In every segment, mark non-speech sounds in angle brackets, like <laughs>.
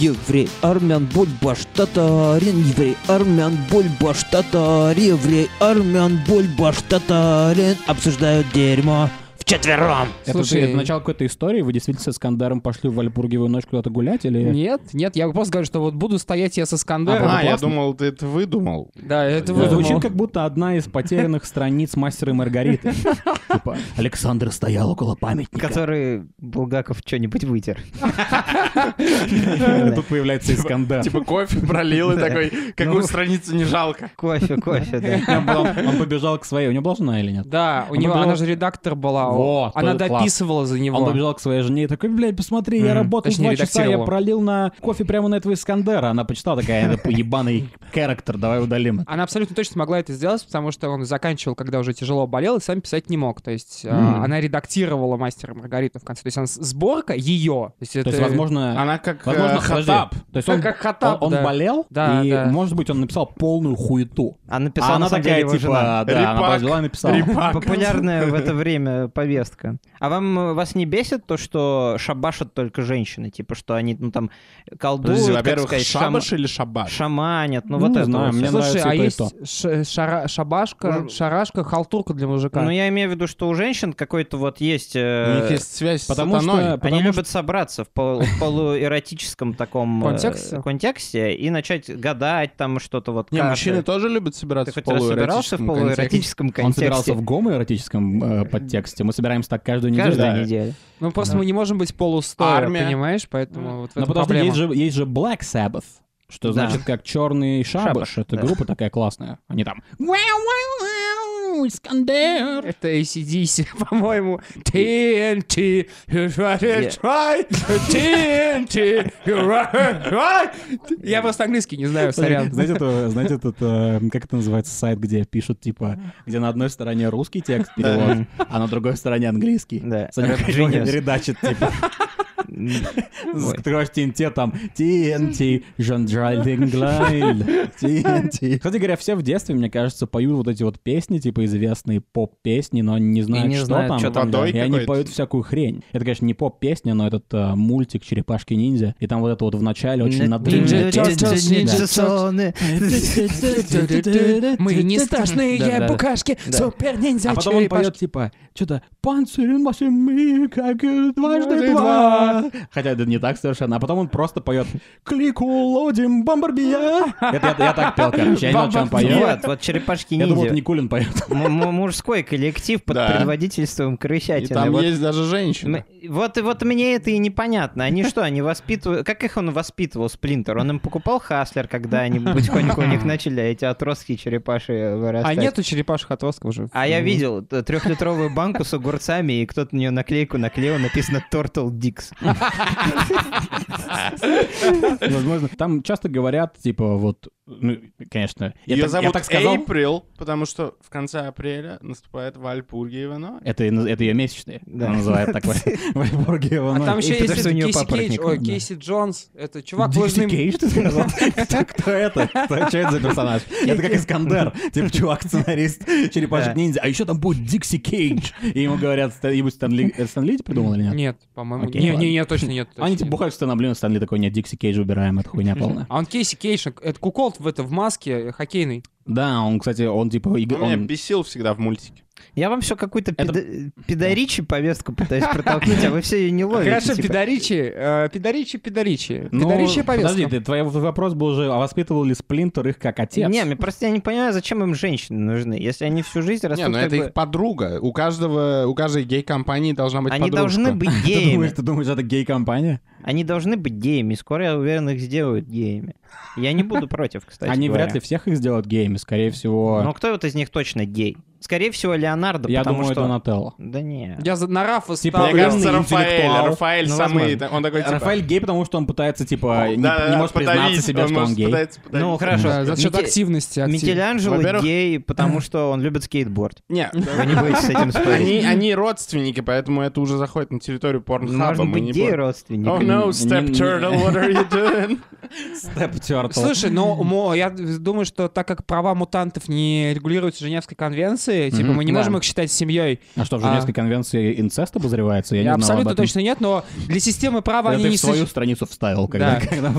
Еврей, армян, бульбаш, татарин, еврей, армян, бульбаш, татар, еврей, армян, бульбаш, татарин обсуждают дерьмо вчетвером. Это, Слушай, ты- это начало какой-то истории? Вы действительно с Кандаром пошли в Вальбургевую ночь куда-то гулять? Или... Нет, нет, я просто говорю, что вот буду стоять я со Скандером. А, А, я классно. думал, ты это выдумал. Да, это Да. выдумал. Звучит как будто одна из потерянных страниц «Мастера и <laughs> Маргариты». Типа, Александр стоял около памятника. Который Булгаков что-нибудь вытер. И Тут появляется Искандар. Типа кофе пролил и Да. такой, какую Ну. страницу не жалко. Кофе, кофе, да. Он был- он побежал к своей. У него была жена или нет? Да, у Она него, была- она же редактор была. Вот, она тоже класс. дописывала за него. Он побежал к своей жене и такой, блядь, посмотри, я Мгм. работал Точнее, два часа, я редактировал. пролил на кофе прямо на этого Искандера. Она почитала такая, это ебаный характер, давай удалим это. Она абсолютно точно могла это сделать, потому что он заканчивал, когда уже тяжело болел, и сам писать не мог. То есть э, Мгм. она редактировала мастера и Маргариту в конце. То есть она с- сборка ее. То есть, То это... есть, возможно, Она как возможно, э, подожди. Хаттаб. То есть он, Как Хаттаб, он- он да. болел, Да, и, да. может быть, он написал полную хуету. А А написала она на самом деле такая, его типа, жена. да, она Репак. прожила и написала. Репак. Популярная в это время повестка. А вам э, вас не бесит то, что шабашат только женщины? Типа, что они, ну там, колдуют, Подожди, так во-первых, сказать, шабаш шам- или шабаш? шаманят, ну, Ну, вот не это. знаю, вот мне всё. Слушай, нравится а и то, и есть то. Ну, ш- шара- шабашка, Уже- шарашка, халтурка для мужика. Ну, я имею в виду, что у женщин какой-то вот есть... У э, них есть связь с Потому что, сатаной. потому Они что любят собраться в пол- в полуэротическом таком э, Контексте? контексте и начать гадать там что-то вот. Не, каждый. мужчины тоже любят собираться Ты в хоть раз собирался в полуэротическом контексте. полуэротическом он собирался контексте? в гомоэротическом э, подтексте. Мы собираемся так каждую неделю. Каждую Да. неделю. Ну, просто Да. мы не можем быть полустоя, Армия. понимаешь? Поэтому вот в Но этом подожди, проблема. есть же, есть же Black Sabbath, что Да. значит как черный шабаш. Шабаш, Это да. группа такая классная. Они там... «Вау-вау-вау, Искандер! Это ACDC, <laughs> по-моему. TNT, you try to try, TNT, you try to try. Я просто английский не знаю, сорян. Знаете, <laughs> это, знаете этот, э, как это называется, сайт, где пишут, типа, где на одной стороне русский текст перевод, а на другой стороне английский. Да. Саня Кожевников Genius. редачит, типа, Ой. Открываешь TNT, там TNT, Jean-Geraldine Glyle, TNT. Кстати говоря, все в детстве, мне кажется, поют вот эти вот песни, типа известные поп-песни, но они не знают, не что знают, там. чё там, да. и они Какой-то. поют всякую хрень. Это, конечно, не поп-песня, но этот э, мультик «Черепашки-ниндзя», и там вот это вот в начале очень надрывное. Мы не страшные Да-да-да. букашки, Да. супер А ниндзя потом он поет, черепашки. типа, что-то «Панцирин мы, как и дважды Дважды два». Хотя это не так совершенно. А потом он просто поет «Клику лодим бомбарбия». Это я- я так пел, короче. Я не знал, что он поет. Вот, вот черепашки Я думал, это ниндзя. Никулин <laughs> поет. М- м- Мужской коллектив под Да. предводительством И крысятины. там Вот есть даже женщина. М- Вот, вот мне это и непонятно. Они что, они воспитывают... Как их он воспитывал, Сплинтер? Он им покупал Хаслер, когда они потихоньку у них начали эти отростки черепаши вырастать? А нету черепашек отростков уже. Ну, А я видел т- трехлитровую банку с огурцами, и кто-то на нее наклейку наклеил, написано Turtle Dicks. Возможно. Там часто говорят, типа, вот, ну, конечно, я Ее так- я зовут так сказал. Эйприл, потому что в конце апреля наступает Вальпургиева ночь. Это, это ее месячные. Да. Она называет такое. Вальбургиева А ночь. там и еще есть потому что этот у неё Кейси Кейдж, папоротник, ой, да. Кейси Джонс, это чувак Дикси лыжный... Кейдж, ты сказал? <laughs> Кто- Кто это? Кто- Что это за персонаж? Это как Искандер. Типа <laughs> чувак-сценарист Да. Черепашек-ниндзя. А еще там будет Дикси Кейдж. И ему говорят, «Стэн- ему Стэн Ли это Стэн Ли придумал или нет? Нет, по-моему, Окей, не, ладно. не, не, точно нет. точно Они типа нет. бухают в Стэн Ли, но Стэн Ли такой, нет, Дикси Кейдж убираем, это хуйня <laughs> полная. А он Кейси Кейдж, это кукол в это в маске э, хоккейный. Да, он, кстати, он типа... иг- Он меня он- бесил всегда в мультике. Я вам все какую-то Это- педа- пидоричи повестку пытаюсь протолкнуть, а вы все ее не ловите. Хорошо, типа. пидоричи, э, пидоричи, пидоричи. Ну, Пидоричья подожди, повестка. ты- твой вопрос был же, а воспитывал ли Сплинтер их как отец? Не, мне просто я не понимаю, зачем им женщины нужны, если они всю жизнь растут Не, ну как это бы- их подруга. У каждого, у каждой гей-компании должна быть Они подружка. должны быть Ты думаешь, геями. ты думаешь, это гей-компания? Они должны быть геями. Скоро, я уверен, их сделают геями. Я не буду против, кстати Они говоря. вряд ли всех их сделают геями, скорее всего. Ну, Но кто вот из них точно гей? Скорее всего, Леонардо, я потому думаю, что... Донателло. Да не. Я за, на Рафа Типа, ставлю. Мне кажется, Огромный Рафаэль. интеллектуал. Рафаэль Ну, самый... возможно. Он такой, типа... Рафаэль гей, потому что он пытается, типа, не, да-да-да, не может признаться Ну, подавить, себе, он что он может гей. пытается подавить. Ну, хорошо. Да, за счет Мите- активности. актив- Микеланджело Во-первых- гей, потому что он любит скейтборд. Не, Вы не будете с этим <laughs> спорить. они, они родственники, поэтому это уже заходит на территорию порнхаба. Можно мы быть не будем. Oh гей-родственником. no, step turtle, what are you <laughs> doing? Step Turtle. Слушай, ну, мо- я думаю, что так как права мутантов не регулируются Женевской конвенцией, конвенции, типа мы не да. можем их считать семьей. А что, в А. Женевской конвенции инцест обозревается? Я не знал Абсолютно об этом. точно нет, но для системы права Это они ты не в свою существуют. страницу вставил, когда... Да. когда-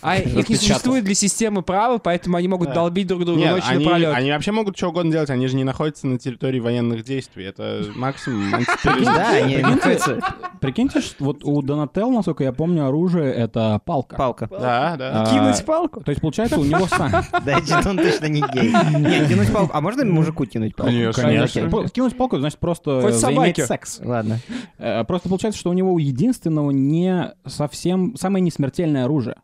А их не распечатал. существует для системы права, поэтому они могут Да. долбить друг друга Нет, ночью они, напролет. они вообще могут что угодно делать, они же не находятся на территории военных действий. Это <laughs> максимум антитерроризм. Да, они находятся... Прикиньте, что вот у Донателла, насколько я помню, оружие — это палка. Палка. Да, да. А, Кинуть палку? То есть, получается, у него сам... Да, это он точно не гей. Не, кинуть палку. А можно мужику кинуть палку? Конечно. По- Кинуть палку, значит, просто э, Хоть заиметь собаке. секс. Ладно. Э, Просто получается, что у него у единственного не совсем... Самое несмертельное оружие.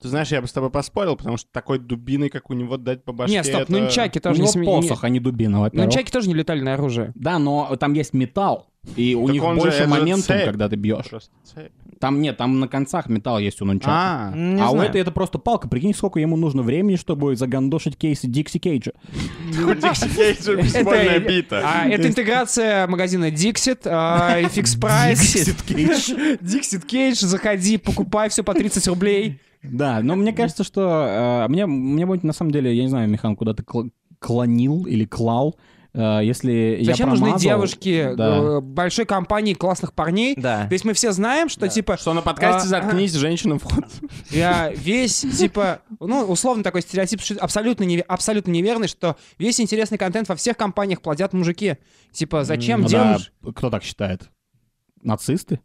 Ты знаешь, я бы с тобой поспорил, потому что такой дубиной, как у него, дать по башке... Нет, стоп, это- нунчаки тоже у не него сме- не- посох, а не дубина, во-первых. Нунчаки тоже не летальное <laughs> оружие. Да, но там есть металл. И у Так них он же- больше это же моментов, цепь. когда ты бьешь. Просто цепь. Там нет, там на концах металл есть у нунчака. <laughs> А, Не а у знаю. этой это просто палка. Прикинь, сколько ему нужно времени, чтобы загандошить кейсы Дикси Кейджа. Дикси <laughs> Кейджа бейсбольная бита. А, это интеграция магазина Dixit а, и Fix Price. Dixit Cage. заходи, покупай все по 30 рублей. Да, но мне кажется, что... э, мне, мне будет, на самом деле, я не знаю, Михан, куда ты кл- клонил или клал. Э, если Зачем я нужны промазал- девушки Да. э, большой компании классных парней? Да. То есть мы все знаем, что типа Что на А, подкасте «Заткнись, женщинам вход». я весь типа, ну, условно такой стереотип что абсолютно, не, абсолютно неверный, что весь интересный контент во всех компаниях плодят мужики. Типа, зачем Ну да, девушки? кто так считает? Нацисты?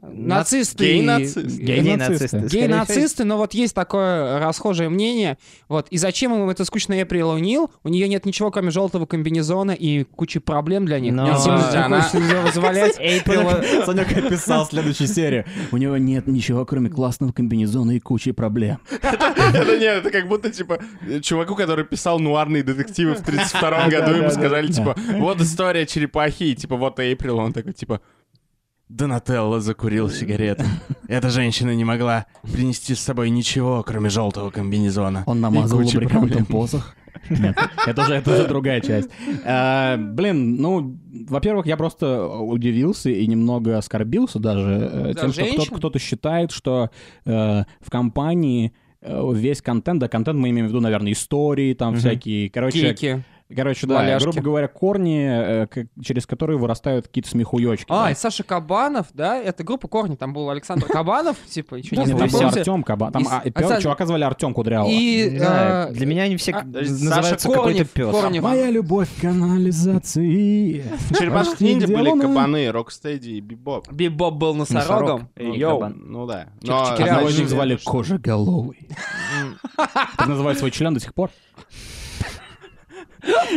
Нацисты. Гей-нацист. Гей-нацисты. скорее Гей-нацисты, но вот есть такое расхожее мнение. Вот. И зачем им это скучно Эприл О'Нил? У нее нет ничего, кроме желтого комбинезона и кучи проблем для них. Но- Нет, им Слушайте, она- хочется её <laughs> вызволять. Санек описал следующую серию. У него нет ничего, кроме классного комбинезона и кучи проблем. Это нет, это как будто, типа, чуваку, который писал нуарные детективы в 32 году, ему сказали, типа, вот история черепахи, и, типа, вот Эйприл, он такой, типа, Донателло закурил сигарету. Эта женщина не могла принести с собой ничего, кроме желтого комбинезона. Он намазал И куча лубрикантом проблем. посох. <laughs> Нет, это же, это же другая часть. Э, блин, ну, во-первых, я просто удивился и немного оскорбился даже э, Ну тем, Да, что кто-то, женщин? кто-то считает, что э, в компании э, весь контент, да, контент мы имеем в виду, наверное, истории, там всякие, короче, Гейки. короче, да, Валяшки. грубо говоря, корни, э, к- через которые вырастают какие-то смехуёчки. А, и да. Саша Кабанов, да? Это группа Корни. Там был Александр Кабанов, <laughs> типа, еще не Нет, там был знакомься. Артем Кабан, там Из- а, и пёр- Отца- чувака звали Артем Кудрявого. И Не знаю, э, Для меня они все а, как- Саша называются какой-то Корнев. пес. Корнев. Моя любовь к канализации. Черепашки Почти ниндзя были делано. кабаны, Рокстеди и Бибоп. Бибоп был носорогом. Носорог. Йоу. Кабан. Ну да. Чик-чик-ля. Одного из них однозначно- звали Кожеголовый. Так называют свой член до сих пор.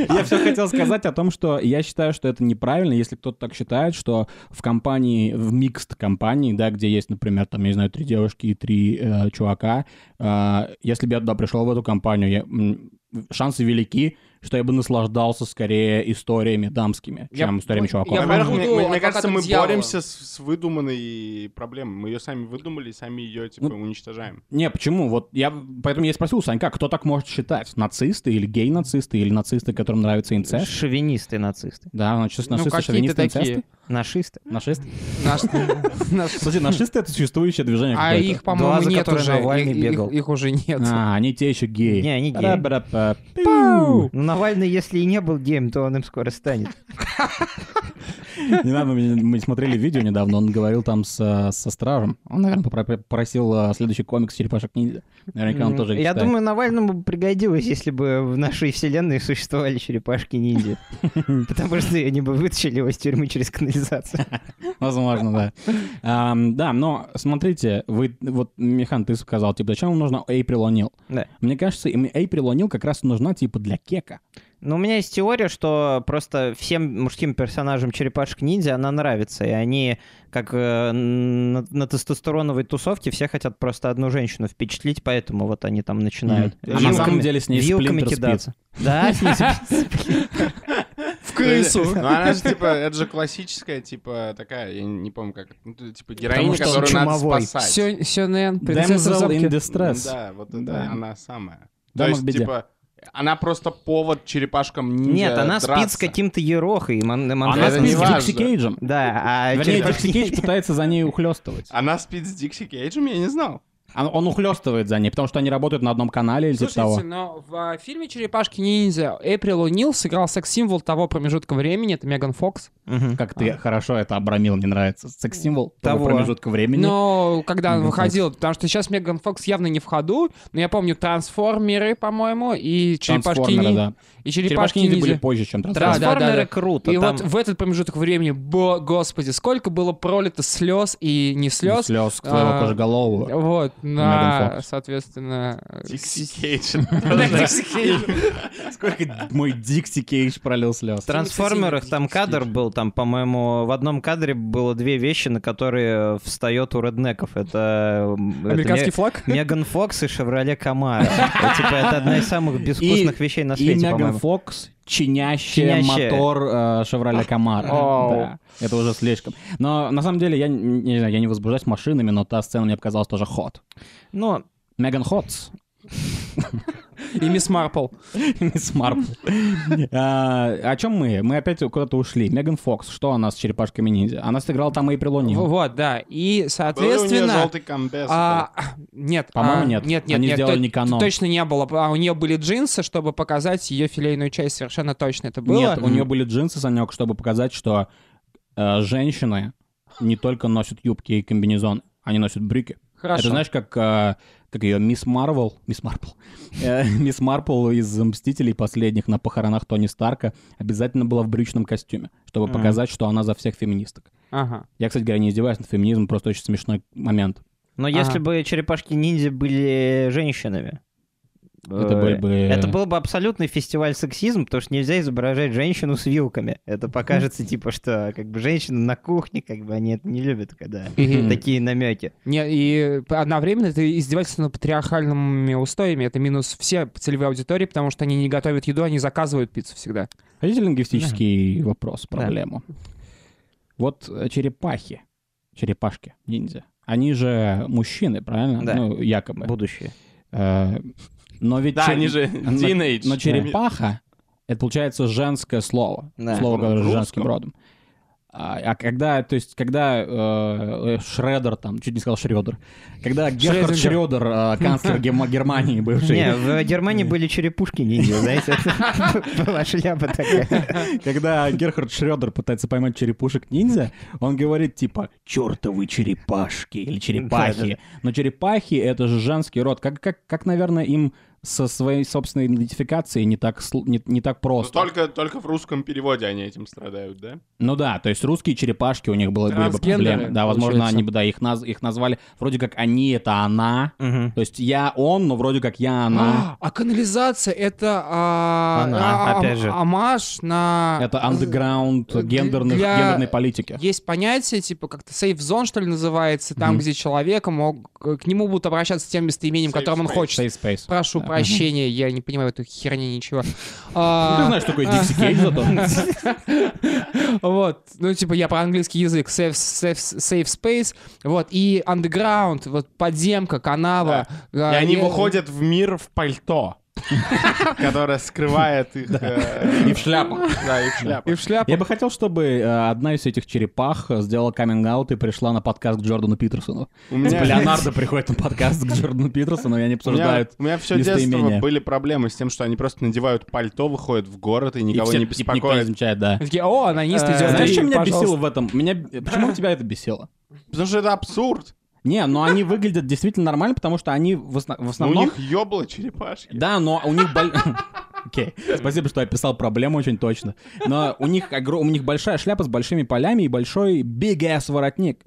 Я все хотел сказать о том, что я считаю, что это неправильно, если кто-то так считает, что в компании, в микст компании, да, где есть, например, там, я не знаю, три девушки и три э, чувака, э, если бы я туда пришел в эту компанию, я, м, шансы велики, что я бы наслаждался скорее историями дамскими, Я- чем историями ну, чуваков. я а Во-первых, буду мне- мне, мне адвокатом кажется, мы дьявола. боремся с, с выдуманной проблемой. Мы ее сами выдумали и сами ее типа Ну, уничтожаем. Не, почему? Вот я поэтому я и спросил у Санька, а кто так может считать? Нацисты или гей-нацисты, или нацисты, которым нравится инцест? Шовинисты, нацисты. Да, значит, Ну, нацисты, какие-то шовинисты, такие. Ну. инцесты? Нашисты. Нашисты? Наш- <laughs> наш- Кстати, нашисты — это существующее движение А какое-то. их, по-моему, за нет которой уже. Навальный Их- их- бегал. Их уже нет. А, они те еще геи. Не, они геи. Ра-бра-па. Пиу. Ну, Навальный, если и не был геем, то он им скоро станет. Не надо, мы мы смотрели видео недавно, он говорил там со, со стражем. Он, наверное, попро- попросил э, следующий комикс «Черепашек ниндзя». Наверняка он тоже их Я читает. думаю, Навальному бы пригодилось, если бы в нашей вселенной существовали черепашки-ниндзя. Потому что они бы вытащили его из тюрьмы через канализацию. Возможно, да. Ам, Да, но смотрите, вы вот, Михан, ты сказал, типа, зачем вам нужна Эйприл О'Нил? Да. Мне кажется, им Эйприл О'Нил как раз нужна, типа, для кека. Но Ну, у меня есть теория, что просто всем мужским персонажам черепашек-ниндзя она нравится. И они, как э, на, на тестостероновой тусовке, все хотят просто одну женщину впечатлить, поэтому вот они там начинают. А на самом вилками- деле с ней вилками сплинтер кидаться. спит. Да, с ней <laughs> В <laughs> крысу. Ну, А. она же, типа, это же классическая, типа, такая, я не помню как, ну, т- типа, героиня, что он которую надо чумовой. спасать. Сё- Сёнэн, принцесса в Damsel in замке. distress. Да, вот это Да. она самая. Дама То в есть, беде. типа, она просто повод черепашкам ниндзя Нет, она драться. спит с каким-то ерохой. и мон- Она монтаж- это не спит с важно. Дикси Кейджем. Да, а Вернее, черепашки- Дикси Кейдж пытается за ней ухлёстывать. Она спит с Дикси Кейджем? Я не знал. Он, он ухлестывает за ней, потому что они работают на одном канале или типа того. Слушайте, но в э, фильме «Черепашки-ниндзя» Эприл О'Нил сыграл секс-символ того промежутка времени, это Меган Фокс. Мгм. Как ты хорошо это обрамил, мне нравится. Секс-символ того Того. промежутка времени. Но когда она Меган Фокс. выходила, потому что сейчас Меган Фокс явно не в ходу, но я помню «Трансформеры», по-моему, и Трансформеры, «Черепашки-ниндзя». да. Черепашки ниндзя были позже, чем Да, да, трансформеры. да, Трансформеры да. круто. И там- вот в этот промежуток времени, бо, господи, сколько было пролито слез и не слез, Слез твоего А, кожеголового. вот, Меган на, Фокс. соответственно... э, Дикси Кейдж. <laughs> Сколько мой Дикси Кейдж пролил слез. В трансформерах там кадр был, там, по-моему, в одном кадре было две вещи, на которые встает у реднеков. Это... м, это Американский Ме- флаг? Меган Фокс и Шевроле Камара. Типа, это одна из самых безвкусных вещей на И свете, Меган по-моему. Фокс, чинящая Чинящая. мотор э, Шевроле Камара. Оу. Да, это уже слишком. Но на самом деле я н- не знаю, я не возбуждаюсь машинами, но та сцена мне показалась тоже хот. Ну, Меган Хотс. И мисс Марпл. <laughs> Мисс <laughs> Марпл. А, О чем мы? Мы опять куда-то ушли. Меган Фокс, что она с черепашками ниндзя? Она сыграла там Эйприл В- О'Нил. Вот, да. И, Был у нее соответственно... желтый комбез. а, нет, По-моему, а, нет. Нет, нет, Они нет, сделали то- не канон. Точно не было. А у нее были джинсы, чтобы показать ее филейную часть совершенно точно. Это было. Нет, у нее были джинсы, Санек, чтобы показать, что э, женщины не только носят юбки и комбинезон, они носят брюки. Хорошо. Это знаешь, как, э, как ее мисс Марвел, мисс Марпл, <laughs> Э, мисс Марпл из «Мстителей» последних на похоронах Тони Старка обязательно была в брючном костюме, чтобы Мгм. показать, что она за всех феминисток. Ага. Я, кстати говоря, не издеваюсь над феминизмом, просто очень смешной момент. но если Ага. бы черепашки-ниндзя были женщинами... Это э, были бы... Это был бы абсолютный фестиваль сексизма, потому что нельзя изображать женщину с вилками. Это покажется, типа, что как бы женщины на кухне, как бы они это не любят, когда Мгм. такие намеки. Не, и одновременно это издевательство над патриархальными устоями. Это минус все целевые аудитории, потому что они не готовят еду, они заказывают пиццу всегда. Хотите лингвистический вопрос, Да. проблему? Вот э, черепахи, черепашки, ниндзя, они же мужчины, правильно? Да. Ну, якобы. Будущее. Э, Но ведь... Да, чер- они же но- teenage. Но черепаха, это получается женское слово. Да. Слово, Ну, которое с русском. женским родом. А, а когда, то есть, когда э, э, Шредер, там, чуть не сказал Шредер, когда Герхард Шрёдингер. Шредер, э, канцлер <laughs> Герма- Германии бывший, Не, в Германии были черепушки ниндзя, знаете, это <laughs> была шляпа такая. Когда Герхард Шредер пытается поймать черепушек ниндзя, он говорит типа «чертовы черепашки» или «черепахи». Да-да-да. Но черепахи — это же женский род. Как, как, как наверное, им со своей собственной идентификацией не так, сл- не, не так Ну, просто. Только, только в русском переводе они этим страдают, да? Ну да, то есть русские черепашки у них было, были бы Трансгендеры, проблемы. Да, возможно, получается. они бы да, их, наз, их назвали вроде как «они» — это «она». Мгм. То есть я он, но вроде как я она. А, а канализация это а, Она, а, опять же. омаж на Это андеграунд Для- гендерных, гендерной политики. Есть понятие, типа, как-то сейф-зон, что ли, называется, там, Мгм. где человека мог... э, К нему будут обращаться с тем местоимением, Safe которым он space. хочет. Safe space. Прошу Да. прощения, я не понимаю эту <laughs> херни ничего. Ну, Ты А, знаешь, что такое Дикси Кейдж <laughs> зато. Вот, ну, типа, я про английский язык. Safe, safe, safe space, вот, и underground, вот, подземка, канава. И а, они я- выходят в мир в <laughs> пальто, которое скрывает их... э, И в шляпах. Да, и в шляпах. И в шляпу. Я бы хотел, чтобы э, одна из этих черепах э, сделала каминг-аут и пришла на подкаст к Джордану <laughs> Питерсону. У меня- Типа Леонардо приходит на подкаст к Джордану Питерсону, и они У меня, обсуждают. у меня все детство местоимение. были проблемы с тем, что они просто надевают пальто, выходят в город и и никого все- не и никто не беспокоят. замечает, да. Они такие, о, анонист Э, идет. Знаешь, и, что меня пожалуйста». бесило в этом? Меня... Почему тебя это бесило? Потому что это абсурд. Не, но они выглядят действительно нормально, потому что они в, осна- в Ну, У основном... них ёбла черепашки. Да, но у них... боль- <laughs> Окей, спасибо, что описал проблему очень точно. Но у них, огро- у них большая шляпа с большими полями и большой big-ass воротник.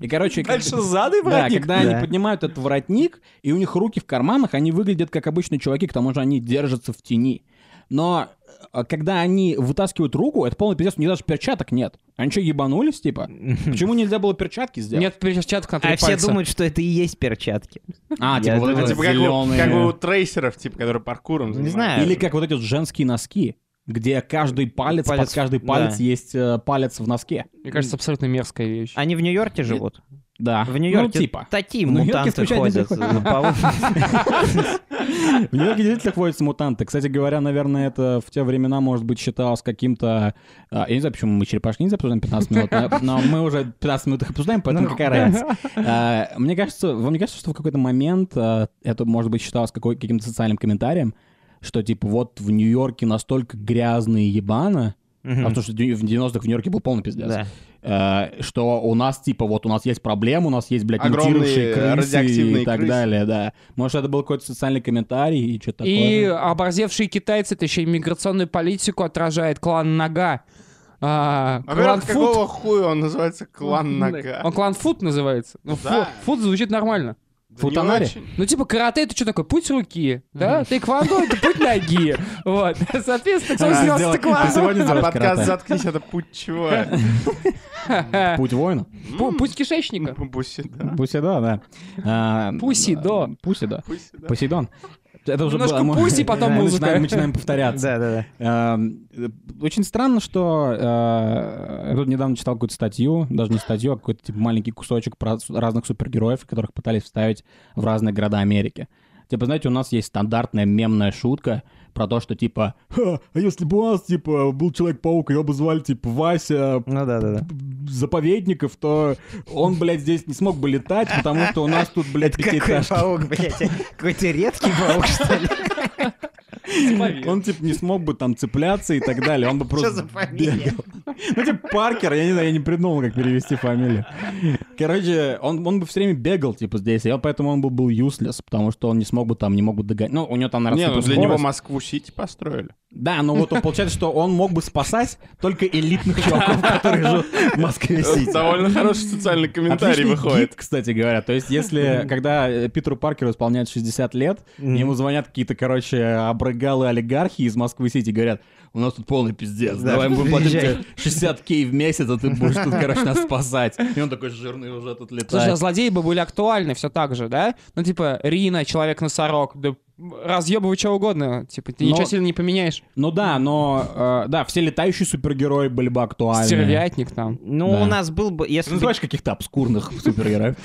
И, короче... как- зады, Да, воротник. когда Да. они поднимают этот воротник, и у них руки в карманах, они выглядят как обычные чуваки, к тому же они держатся в тени. Но э, когда они вытаскивают руку, это полный пиздец, у них даже перчаток нет. Они что, ебанулись, типа? Почему нельзя было перчатки сделать? Нет перчаток на три А все пальца. думают, что это и есть перчатки. А, Я типа вот думаю, эти Типа как у, зелёные. как у трейсеров, типа, которые паркуром Не занимаются. знаю. Или как вот эти вот женские носки, где каждый палец, под Палец, каждый палец да. есть э, палец в носке. Мне кажется, абсолютно мерзкая вещь. Они в Нью-Йорке живут. Да. В Нью-Йорке Ну, типа. такие В Нью-Йорке мутанты скучать не ходят. Ну, приходится. по улице. В Нью-Йорке действительно ходятся мутанты. Кстати говоря, наверное, это в те времена, может быть, считалось каким-то... а, Я не знаю, почему мы черепашки не обсуждаем 15 минут, но- <laughs> но мы уже 15 минут их обсуждаем, Ну, поэтому какая разница. А, Мне кажется, вам не кажется, что в какой-то момент а, это, может быть, считалось какой- каким-то социальным комментарием, что, типа, вот в Нью-Йорке настолько грязные ебана, а Мгм. потому что в 90-х в Нью-Йорке был полный пиздец. Да. э, что у нас, типа, вот у нас есть проблемы, у нас есть, блядь, Огромные мутирующие крысы радиоактивные и так крысы. далее, да. Может, это был какой-то социальный комментарий и что-то такое. И оборзевшие китайцы, это еще и миграционную политику отражает клан Нога. А, А клан во-первых, Фут. какого хуя он называется клан нога? Он клан Фут называется. Ну, Да. фу- Фут звучит нормально. Да не Футанари? очень. Ну, типа, карате это что такое? Путь руки, да? Тейквондо это путь ноги. Вот. <laughs> Соответственно, кто А, снес сделай- тейквондо? ты сегодня А сделаешь карате? подкаст «Заткнись» — это путь чего? а, Путь воина? <laughs> Пу- Путь кишечника. Пусть, да. Пуседо, да. А, Пусидо. м, Пусидо. Пусть, да. Посейдон. Это уже Немножко было- пусть и потом Мы музыка. начинаем- начинаем повторяться. Да, да, да. Эм, э, Очень странно, что э, я тут недавно читал какую-то статью, даже не статью, а какой-то типа, маленький кусочек про с- разных супергероев, которых пытались вставить в разные города Америки. Типа, знаете, у нас есть стандартная мемная шутка про то, что типа, «Ха, а если бы у нас, типа, был Человек-паук, его бы звали, типа, Вася, Ну да, да, да. заповедников, то он, блядь, здесь не смог бы летать, потому что у нас тут, блядь, Какой пятиэтажки. паук, блядь? Какой-то редкий паук, что ли? Он, типа, не смог бы там цепляться и так далее. <laughs> Он бы просто за фамилия? бегал. Ну, типа, Паркер, я не знаю, я не придумал, как перевести фамилию. Короче, он, он бы все время бегал, типа, здесь, и поэтому он бы был useless, потому что он не смог бы там, не мог бы догонять. Ну, у него там, наверное, Не, ну для суперскорость. него Москву-Сити построили. Да, ну вот он, получается, что он мог бы спасать только элитных чуваков, которые живут в Москве-Сити. Довольно хороший социальный комментарий Отличный выходит. гид, кстати говоря. То есть, если, <laughs> когда э, Питеру Паркеру исполняет 60 лет, ему звонят какие-то, короче, обрыгалы-олигархи из Москвы-Сити, говорят, у нас тут полный пиздец, Да, давай мы будем платить приезжай». тебе 60 кей в месяц, а ты будешь тут, короче, <laughs> нас спасать. И он такой жирный уже тут Слушай, а летает. злодеи бы были актуальны все так же, да? Ну, типа, Рина, Человек-носорог, да разъебывай что угодно. Типа, ты Но- ничего сильно не поменяешь. Ну да, но, э, да, все летающие супергерои были бы актуальны. Стервятник там. Ну, Да. у нас был бы... Ты если бы- называешь каких-то обскурных супергероев?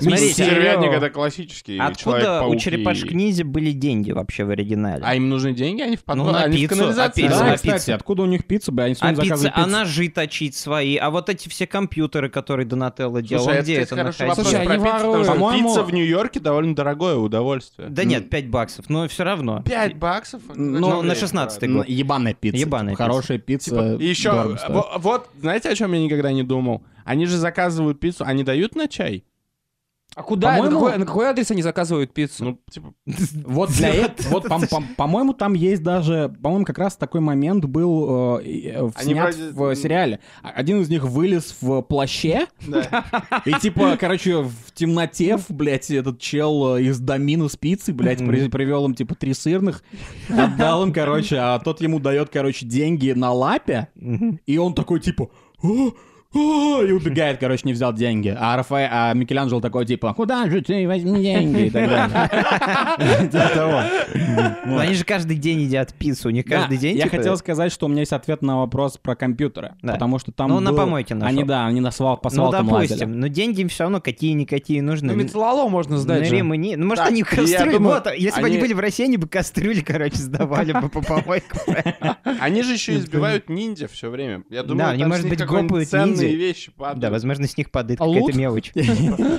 Смотрите, Стервятник алло. это классический Откуда Человек-паук у и- черепашек ниндзя были деньги вообще в оригинале? А им нужны деньги, они в Ну, подвал, на они в пиццу, канализации. а <laughs> пицца, Да, а кстати, пицца. откуда у них пицца? Бля, они все А время пицца, заказывают а пиццу. ножи точить свои, а вот эти все компьютеры, которые Донателло делал, Слушай, а где это, это кстати, хороший находится? а Слушай, вопрос про они пиццу, потому воруют. что По-моему- пицца в Нью-Йорке довольно дорогое удовольствие. ну Да нет, 5 баксов, но все равно. 5 баксов? Ну, на 16-й Ну, год. Ебаная пицца. Ебаная типа, пицца. Типа, Хорошая пицца. И еще, дорого а, стоит. во- вот, знаете, о чем я никогда не думал? Они же заказывают пиццу, они дают на чай? А куда? На По-моему- какой, на какой адрес они заказывают пиццу? Ну, типа, Вот для этого, <laughs> вот, пом- пом- по-моему, там есть даже, по-моему, как раз такой момент был э, э, в- Они снят вроде- в сериале. А- Один из них вылез в плаще, да. <laughs> и типа, короче, в темноте, в, блядь, этот чел э, из домина спицы, блядь, при- привел им, типа, три сырных, отдал им, короче, а тот ему дает, короче, деньги на лапе, и он такой, типа, «О, о», и убегает, короче, не взял деньги. А, Рафаэ, а Микеланджело такой, типа, куда же ты, возьми деньги, и так далее. <laughs> Типа того. Ну, они же каждый день едят пиццу, у них Да, каждый день Я типа, хотел сказать, что у меня есть ответ на вопрос про компьютеры. Да. Потому что там Ну, на был- помойке нашел. Они, да, они на свал, по Ну, свалкам лазили. допустим, но деньги им все равно какие-никакие нужны. Ну, металлолом можно сдать же. Наримы не- Ну, может, Так, они и я кастрюли... думаю, вот, если бы они они- были в России, они бы кастрюли, короче, сдавали бы по помойкам. Они же еще избивают ниндзя все время. Я думаю, Да, они, там с может них быть, какой-нибудь гопают ценные ниндзя. вещи падают. Да, возможно, с них падает А лут? какая-то мелочь.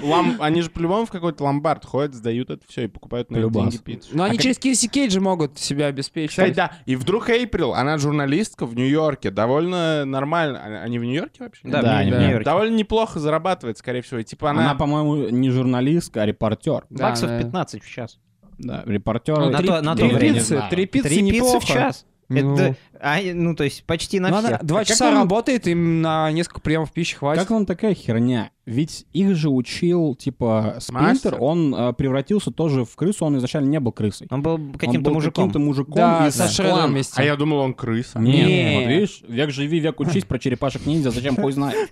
Лам- Они же по-любому в какой-то ломбард ходят, сдают это все и покупают на эти Любас. деньги пиццу. Ну, они через Кейси Кейджи могут себя обеспечить. А Кстати, да, и вдруг Эйприл, она журналистка в Нью-Йорке, довольно нормально. А- Они в Нью-Йорке вообще? Да, Да, они в да. Нью-Йорке. Довольно неплохо зарабатывает, скорее всего. И Типа Она, она... по-моему, не журналистка, а репортер. Да, Баксов да. 15 в час. Да, репортер. Ну, на Три- то- на то три Три время. пиццы, пиццы, три пиццы Три пиццы неплохо. в час. Ну. Это, а, ну, то есть почти на Ну, все. она два А как часа он- работает, им на несколько приемов пищи хватит. Как вам такая херня? Ведь их же учил, типа, Спинтер, Мастер. он э, превратился тоже в крысу, он изначально не был крысой. Он был Он каким-то был мужиком. каким-то мужиком Да, из со Шредером клана. вместе. А я думал, он крыса. Нет, Не. вот видишь, век живи, век учись про черепашек ниндзя, зачем хуй <laughs> знает.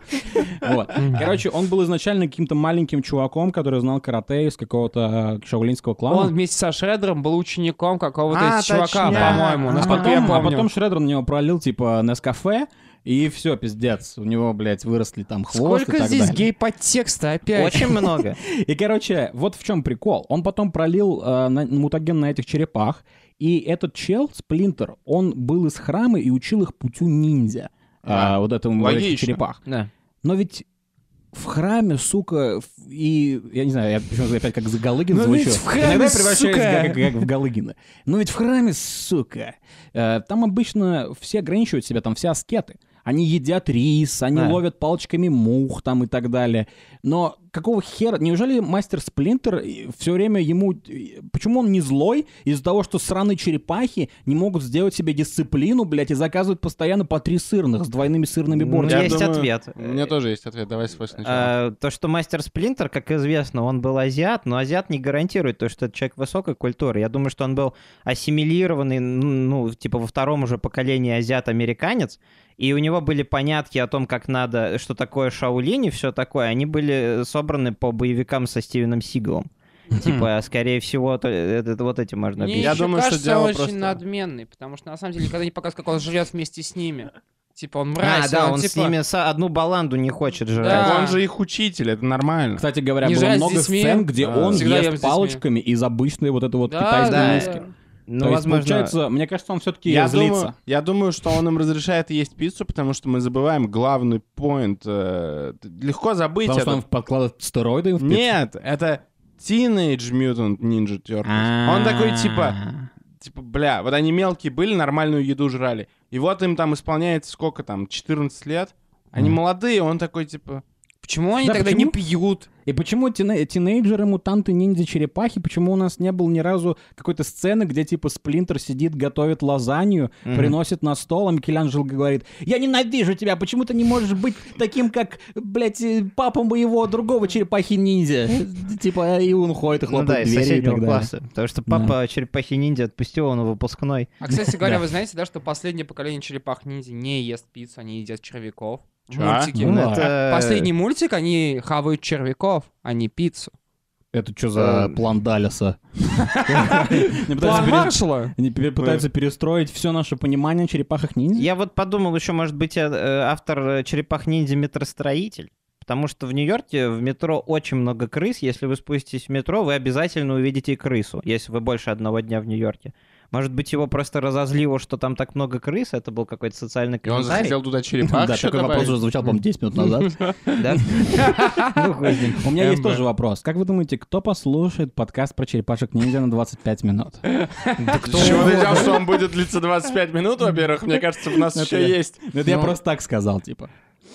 Вот. Короче, он был изначально каким-то маленьким чуваком, который знал карате из какого-то э, шаулинского клана. Он вместе со Шредером был учеником какого-то А, из чувака, точняля. по-моему, А, А насколько я потом, а помню. потом Шредер на него пролил, типа, Нескафе, И все, пиздец. У него, блядь, выросли там хвост и Сколько так здесь далее. гей-подтекста опять? Очень много. <laughs> И, короче, вот в чем прикол. Он потом пролил э, на- мутаген на этих черепах, и этот чел, Сплинтер, он был из храма и учил их путю ниндзя. Да. А, вот этому вот этих Логично. черепах. Да. Но ведь в храме, сука, в- и... Я не знаю, я почему опять как за Галыгин Но звучу. ведь в храме, Иногда я превращаюсь сука. Как, как в Галыгина. Но ведь в храме, сука, э, там обычно все ограничивают себя, там все аскеты. Они едят рис, они Да. ловят палочками мух там и так далее. Но какого хера? Неужели мастер Сплинтер все время ему... э, Почему он не злой? Из-за того, что сраные черепахи не могут сделать себе дисциплину, блядь, и заказывают постоянно по три сырных с двойными сырными Ну, бортами. я есть ответ. У меня тоже есть ответ. Давай спой сначала. А, То, что мастер Сплинтер, как известно, он был азиат, но азиат не гарантирует то, что это человек высокой культуры. Я думаю, что он был ассимилированный, ну, типа во втором уже поколении азиат-американец, и у него были понятки о том, как надо, что такое Шаулинь и все такое. Они были собраны по боевикам со Стивеном Сигалом. Типа, скорее всего, то- это, это вот эти можно Не, объяснить. я ещё думаю, что кажется, дело он очень просто- надменный, потому что на самом деле никогда не показывают, как он живет вместе с ними. Типа он мразь, А, да, он типа, с ними со- одну баланду не хочет жрать. Да. Так Он же их учитель, это нормально. Кстати говоря, Не было жрать с много детьми. сцен, где Да. он Всегда ем с ест детьми. палочками из обычной вот этой вот да, китайской да, миски. да. Ну, То есть, возможно, получается, мне кажется, он все-таки Я злится. думаю, я думаю, что он им разрешает есть пиццу, потому что мы забываем главный поинт. э, легко забыть Потому это. что он подкладывает стероиды им в пиццу. Нет, это Teenage Mutant Ninja Turtles. А. Он такой типа, типа, бля, вот они мелкие были, нормальную еду жрали. И вот им там исполняется сколько там, 14 лет. Они Мгм. молодые, он такой, типа, Почему они Да, тогда почему? не пьют? И почему тине- тинейджеры, мутанты, ниндзя, черепахи, почему у нас не было ни разу какой-то сцены, где типа Сплинтер сидит, готовит лазанью, Мгм. приносит на стол, а Микеланджело говорит, я ненавижу тебя, почему ты не можешь быть таким, как, блядь, э, папа моего другого черепахи-ниндзя? Типа, и он ходит и Э, ну да, хлопает из дверью и соседнего так далее. класса. Потому что папа черепахи ниндзя отпустил, он выпускной. А, кстати говоря, Да. вы знаете, да, что последнее поколение черепах-ниндзя не ест пиццу, они едят червяков. Чё? Мультики. Ну, А это- Последний мультик, они хавают червяков, а не пиццу. Это что за за план Далиса? Не пытаются План пере- Маршалла? не пере- Пытаются перестроить все наше понимание о черепахах-ниндзя? Я вот подумал еще, может быть, э, э, автор э, черепах-ниндзя метростроитель. Потому что в Нью-Йорке в метро очень много крыс. Если вы спуститесь в метро, вы обязательно увидите и крысу, если вы больше одного дня в Нью-Йорке. Может быть, его просто разозлило, что там так много крыс. Это был какой-то социальный и он комментарий. захотел туда черепах Да, ещё такой вопрос добавить. уже звучал, по-моему, 10 минут назад. <laughs> да? <laughs> Ну, хуй с ним. У меня есть Эмбер. тоже вопрос. Как вы думаете, кто послушает подкаст про черепашек ниндзя на 25 минут? С чего ты взял, что он будет длиться 25 минут, во-первых? Мне кажется, у нас еще есть. Ну, Это я просто так сказал, типа.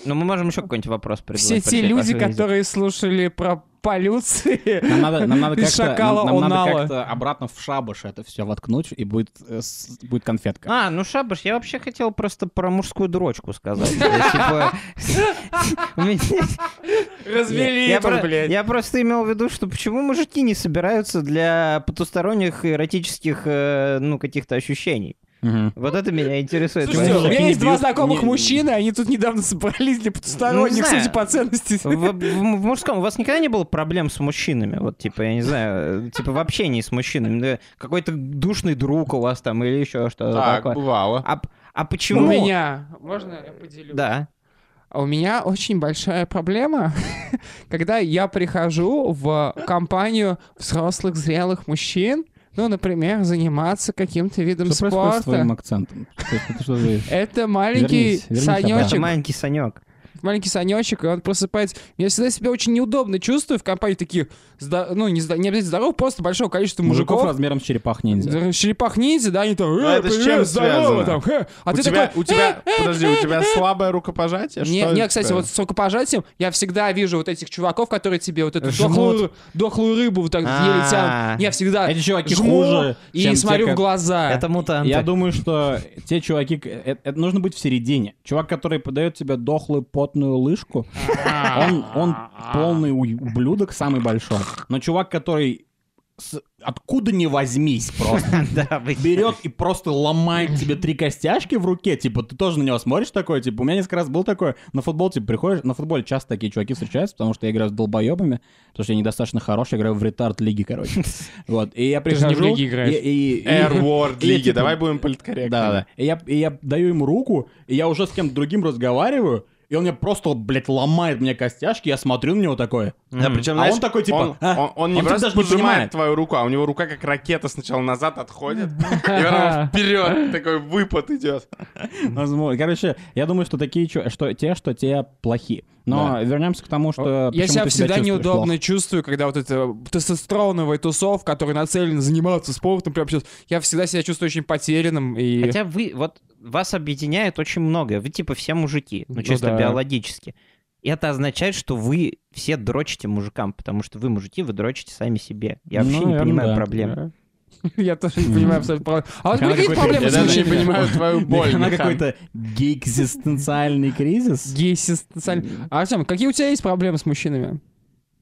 Ну, мы можем еще какой-нибудь вопрос Все придумать. про те люди, черепах-ниндзя. которые слушали про полюции. <laughs> Нам надо, нам надо Из как-то шакала нам, нам надо Онала. как-то обратно в шабаш это все воткнуть, и будет, э, с- будет конфетка. А, ну шабаш, я вообще хотел просто про мужскую дрочку сказать. Я, типа, <laughs> у меня- Развели я тут, про- блядь. Я просто имел в виду, что почему мужики не собираются для потусторонних эротических, э, ну, каких-то ощущений. Мгм. Вот это меня интересует. Слушайте, Почему у меня мужики есть не два бьют? знакомых Не- мужчины, они тут недавно собрались для Ну, не потусторонних, знаю. судя по ценности. В, в- в мужском у вас никогда не было проблем с мужчинами? Вот, типа, я не знаю, э, типа в общении с мужчинами. Да, Какой-то душный друг у вас там или еще что-то Так, такое. бывало. А, п- а почему... У меня, можно я поделюсь? Да. А У меня очень большая проблема, <laughs> когда я прихожу в компанию взрослых зрелых мужчин, ну, например, заниматься каким-то видом Что происходит с твоим спорта. акцентом? Что это- ты что говоришь? Это маленький Вернись, вернись Это санечек, маленький Санек. маленький санечек, и он просыпается. Я всегда себя очень неудобно чувствую в компании таких, зда- ну, не, зда- не обязательно здоровых, просто большого количества Мужиков мужиков. размером с черепах ниндзя. Черепах ниндзя, да, они там, «Э, А это с привет, чем здорово, связано? там, «Хэ». а у ты тебя, такой, у тебя, «Э, э, подожди, у тебя слабое рукопожатие? Не, Что не, это кстати, такое? вот с рукопожатием я всегда вижу вот этих чуваков, которые тебе вот эту Жмут. дохлую, дохлую рыбу вот так вот еле А. тянут. Я всегда Эти чуваки жму хуже, чем и те, смотрю в как- глаза. <laughs> Это мутанты. Я думаю, что те чуваки... э, Это, нужно быть в середине. Чувак, который подает тебе дохлую потную лыжку, А. он, он полный у- ублюдок, самый большой. Но чувак, который с- откуда не возьмись просто. <laughs> Да, вы- Берет и просто ломает тебе три костяшки в руке. Типа, ты тоже на него смотришь такое, типа, у меня несколько раз был такое. На футбол, типа, приходишь, на футболе часто такие чуваки встречаются, потому что я играю с долбоебами, потому что я недостаточно хорош, я играю в ретард лиги, <laughs> короче. Вот, и я Ты же прихожу... не в лиге играешь. и- и- и- Airword и, лиги, типа, давай будем да, <laughs> политкорректными. да, да. И я, и я даю ему руку, и я уже с кем-то другим разговариваю, и он мне просто, блядь, ломает мне костяшки, я смотрю на него такое. Да, причем, А знаешь, он такой, типа, он, а? он- он не Он типа просто даже не поджимает понимает. твою руку, а у него рука как ракета сначала назад <laughs> отходит, и потом вперед такой выпад идет. <laughs> Возможно. Короче, я думаю, что такие, чу- что те, что те плохи. Но вернемся к тому, что... Я А почему себя ты всегда чувствуешь неудобно плохо. чувствую, когда вот эта тестостероновая тусовка, которая нацелена заниматься спортом, прям сейчас, я всегда себя чувствую очень потерянным и... Хотя вы, вот вас объединяет очень многое. Вы типа все мужики, ну Ну чисто да. биологически. И это означает, что вы все дрочите мужикам, потому что вы мужики, вы дрочите сами себе. Я вообще Ну, не наверно, понимаю да. проблемы. <laughs> Я тоже не понимаю абсолютно проблем. А вот Она какие какой-то- проблемы Я с даже не мужчинами? <laughs> понимаю твою боль. Она Михан. какой-то экзистенциальный кризис. Гессистенциально. Артем, какие у тебя есть проблемы с мужчинами?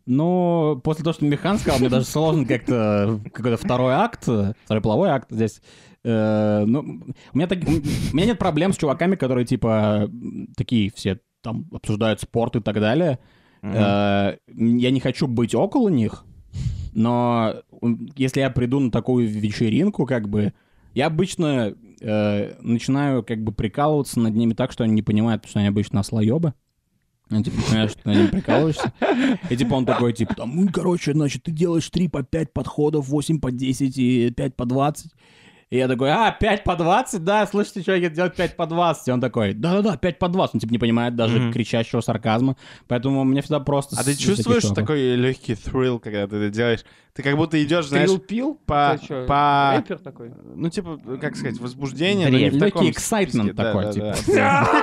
Но после того, что Михан сказал, мне даже сложно как-то какой-то второй акт, второй половой акт здесь. Э, ну, у меня, так- у меня нет проблем с чуваками, которые типа м, такие все там обсуждают спорт и так далее. Э, Я не хочу быть около них, но м, если я приду на такую вечеринку, как бы, я обычно э, начинаю как бы прикалываться над ними так, что они не понимают, потому что они обычно ослоебы. Ну, типа, понимаешь, что ты над ними прикалываешься. И типа он такой, типа, там, ну, короче, значит, ты делаешь 3 по 5 подходов, 8 по 10 и 5 по 20. И я такой, а, 5 по 20? Да, слышите, человек, это делать 5 по 20. И он такой, да-да-да, 5 по 20. Он, типа, не понимает даже Мгм. кричащего сарказма. Поэтому мне всегда просто... А с- ты с таких чувствуешь чуваков. такой легкий thrill, когда ты это делаешь? Ты как будто идешь, знаешь, пил? по, А. по, Рэпер такой. ну типа, как сказать, возбуждение, но не в Дрель. таком Легкий эксайтмент списке, да, такой, да, типа. да.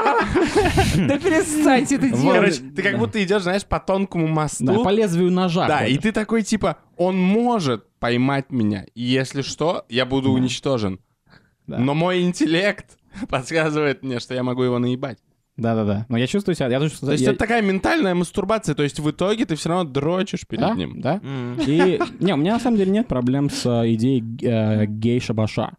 Да <laughs> перестаньте <laughs> это Вот, делать. Короче, ты как будто идешь, знаешь, по тонкому мосту. Да, по лезвию ножа. Да, и ходишь. ты такой, типа, он может поймать меня. И если что, я буду уничтожен. Да. Но мой интеллект <laughs> подсказывает мне, что я могу его наебать. Да-да-да. Но я чувствую себя... Я чувствую, То есть я- это такая ментальная мастурбация. То есть в итоге ты все равно дрочишь перед Да, ним. да. М. И... Не, у меня на самом деле нет проблем с э, идеей э, гей-шабаша.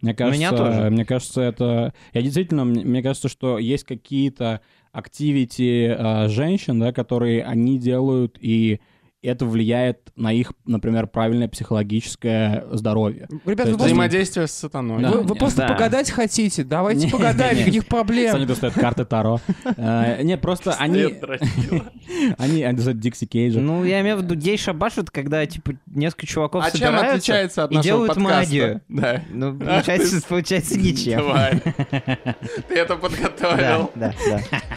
Мне кажется, меня тоже. мне кажется, это... Я действительно, мне, мне кажется, что есть какие-то активити э, женщин, да, которые они делают, и это влияет на их, например, правильное психологическое здоровье. То Ребят, вы есть просто- Взаимодействие с сатаной. Ну, Да. вы- вы не, просто да. погадать хотите. Давайте Не, погадаем, не, не. каких проблем. Они достают карты Таро. Э, Нет, просто они... Они они достают Дикси Кейджа. Ну, я имею в виду, гей шабаш, это когда, типа, несколько чуваков А чем собираются отличается от и нашего делают подкаста? магию. Да. Ну, <laughs> получается, получается ничем. Давай. Ты это подготовил. Да, да, да.